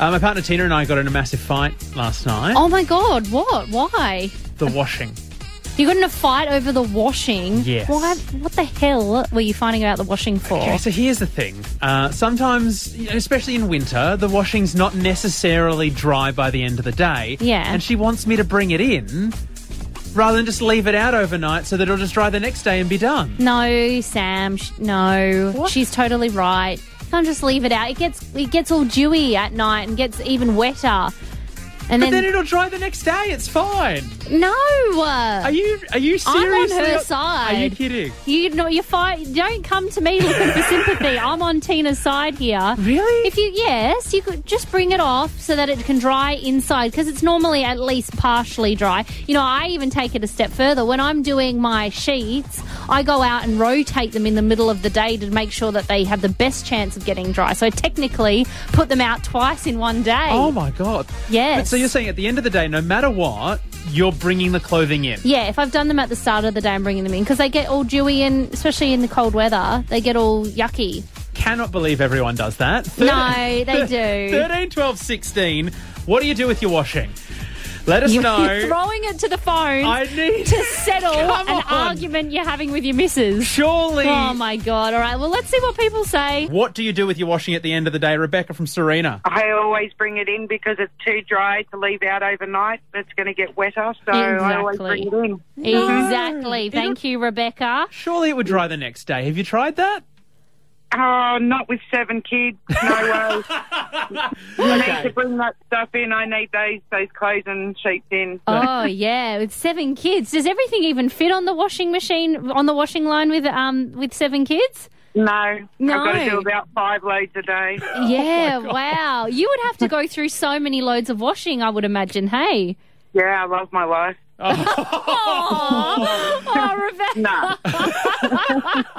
Uh, my partner Tina and I got in a massive fight last night. Oh my god, what? Why? The washing. You got in a fight over the washing. Yes. Why? What the hell were you finding about the washing for? Okay, so here's the thing. Uh, sometimes, you know, especially in winter, the washing's not necessarily dry by the end of the day. Yeah. And she wants me to bring it in rather than just leave it out overnight so that it'll just dry the next day and be done. No, Sam. Sh- no, What? she's totally right. Can't just leave it out. It gets it gets all dewy at night and gets even wetter. And But then it'll dry the next day. It's fine. no. Are you are you I'm on serious? her side. Are you kidding? You know, you fight. Don't come to me looking for sympathy. I'm on Tina's side here. Really? If you yes, you could just bring it off so that it can dry inside because it's normally at least partially dry. You know, I even take it a step further. When I'm doing my sheets, I go out and rotate them in the middle of the day to make sure that they have the best chance of getting dry. So I technically put them out twice in one day. Oh my god. Yes. But so you're saying at the end of the day, no matter what, you're bringing the clothing in. Yeah, if I've done them at the start of the day, I'm bringing them in because they get all dewy and especially in the cold weather, they get all yucky. Cannot believe everyone does that. No, they do. 13, 12, 16. What do you do with your washing? Let us You- You're know. throwing it to the phone I need to settle Come an on. argument you're having with your missus. Surely. Oh my god! All right, well let's see what people say. What do you do with your washing at the end of the day? Rebecca from Serena. I always bring it in because it's too dry to leave out overnight. It's going to get wetter, so I always Exactly. bring it in. Exactly. Thank you, Rebecca. Surely it would dry the next day. Have you tried that? Oh, not with seven kids. No way. I need to bring that stuff in. I need those those clothes and sheets in. Oh yeah, with seven kids, does everything even fit on the washing machine on the washing line with um with seven kids? No, No. I've got to do about five loads a day. Oh, yeah, wow. You would have to go through so many loads of washing, I would imagine. Hey. Yeah, I love my life. Oh, Rebecca.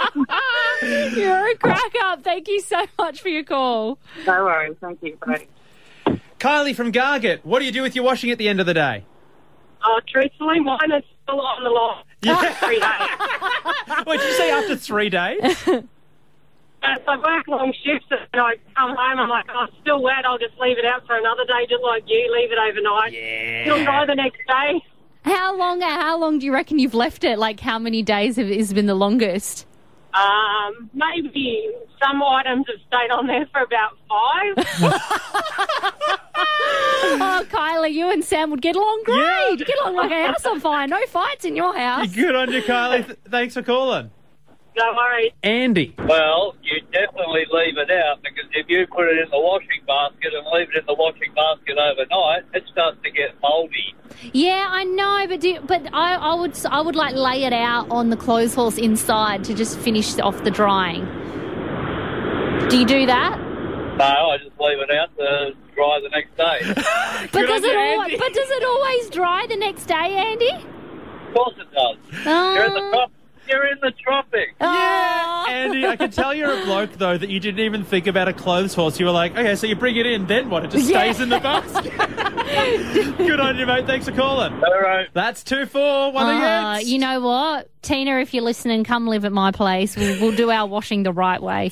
No. You're a crack up. Thank you so much for your call. No worries. Thank you. Bye. Kylie from Gargett. What do you do with your washing at the end of the day? Oh, truthfully, mine is still on the lawn Yeah. every day. Wait, did you say after three days? But I work long shifts and I come home, I'm like, oh, it's still wet, I'll just leave it out for another day, just like you, leave it overnight. Yeah. It'll dry the next day. How long? How long do you reckon you've left it? Like, how many days have has been the longest? Um, maybe some items have stayed on there for about five. Oh, Kylie, you and Sam would get along great. Yeah. You'd Get along like a house on fire. No fights in your house. Good on you, Kylie. Th- thanks for calling. no worries. Andy. Well, you definitely leave it out because if you put it in the washing basket and leave it in the washing basket overnight, it starts to get mouldy. Yeah, I know, but do, but I, I would s- I would like lay it out on the clothes horse inside to just finish off the drying. Do you do that? No, I just leave it out to dry the next day. But Good does on it you, al- Andy. but does it always dry the next day, Andy? of course it does. You're in the, Um, trop- you're in the tropics. aw. Andy, I can tell you're a bloke though that you didn't even think about a clothes horse. You were like, okay, so you bring it in, then what? It just Yeah. stays in the basket. Good on you, mate. Thanks for calling. All right. That's two four one Uh, against. you know what, Tina? If you're listening, come live at my place. We'll, we'll do our washing the right way.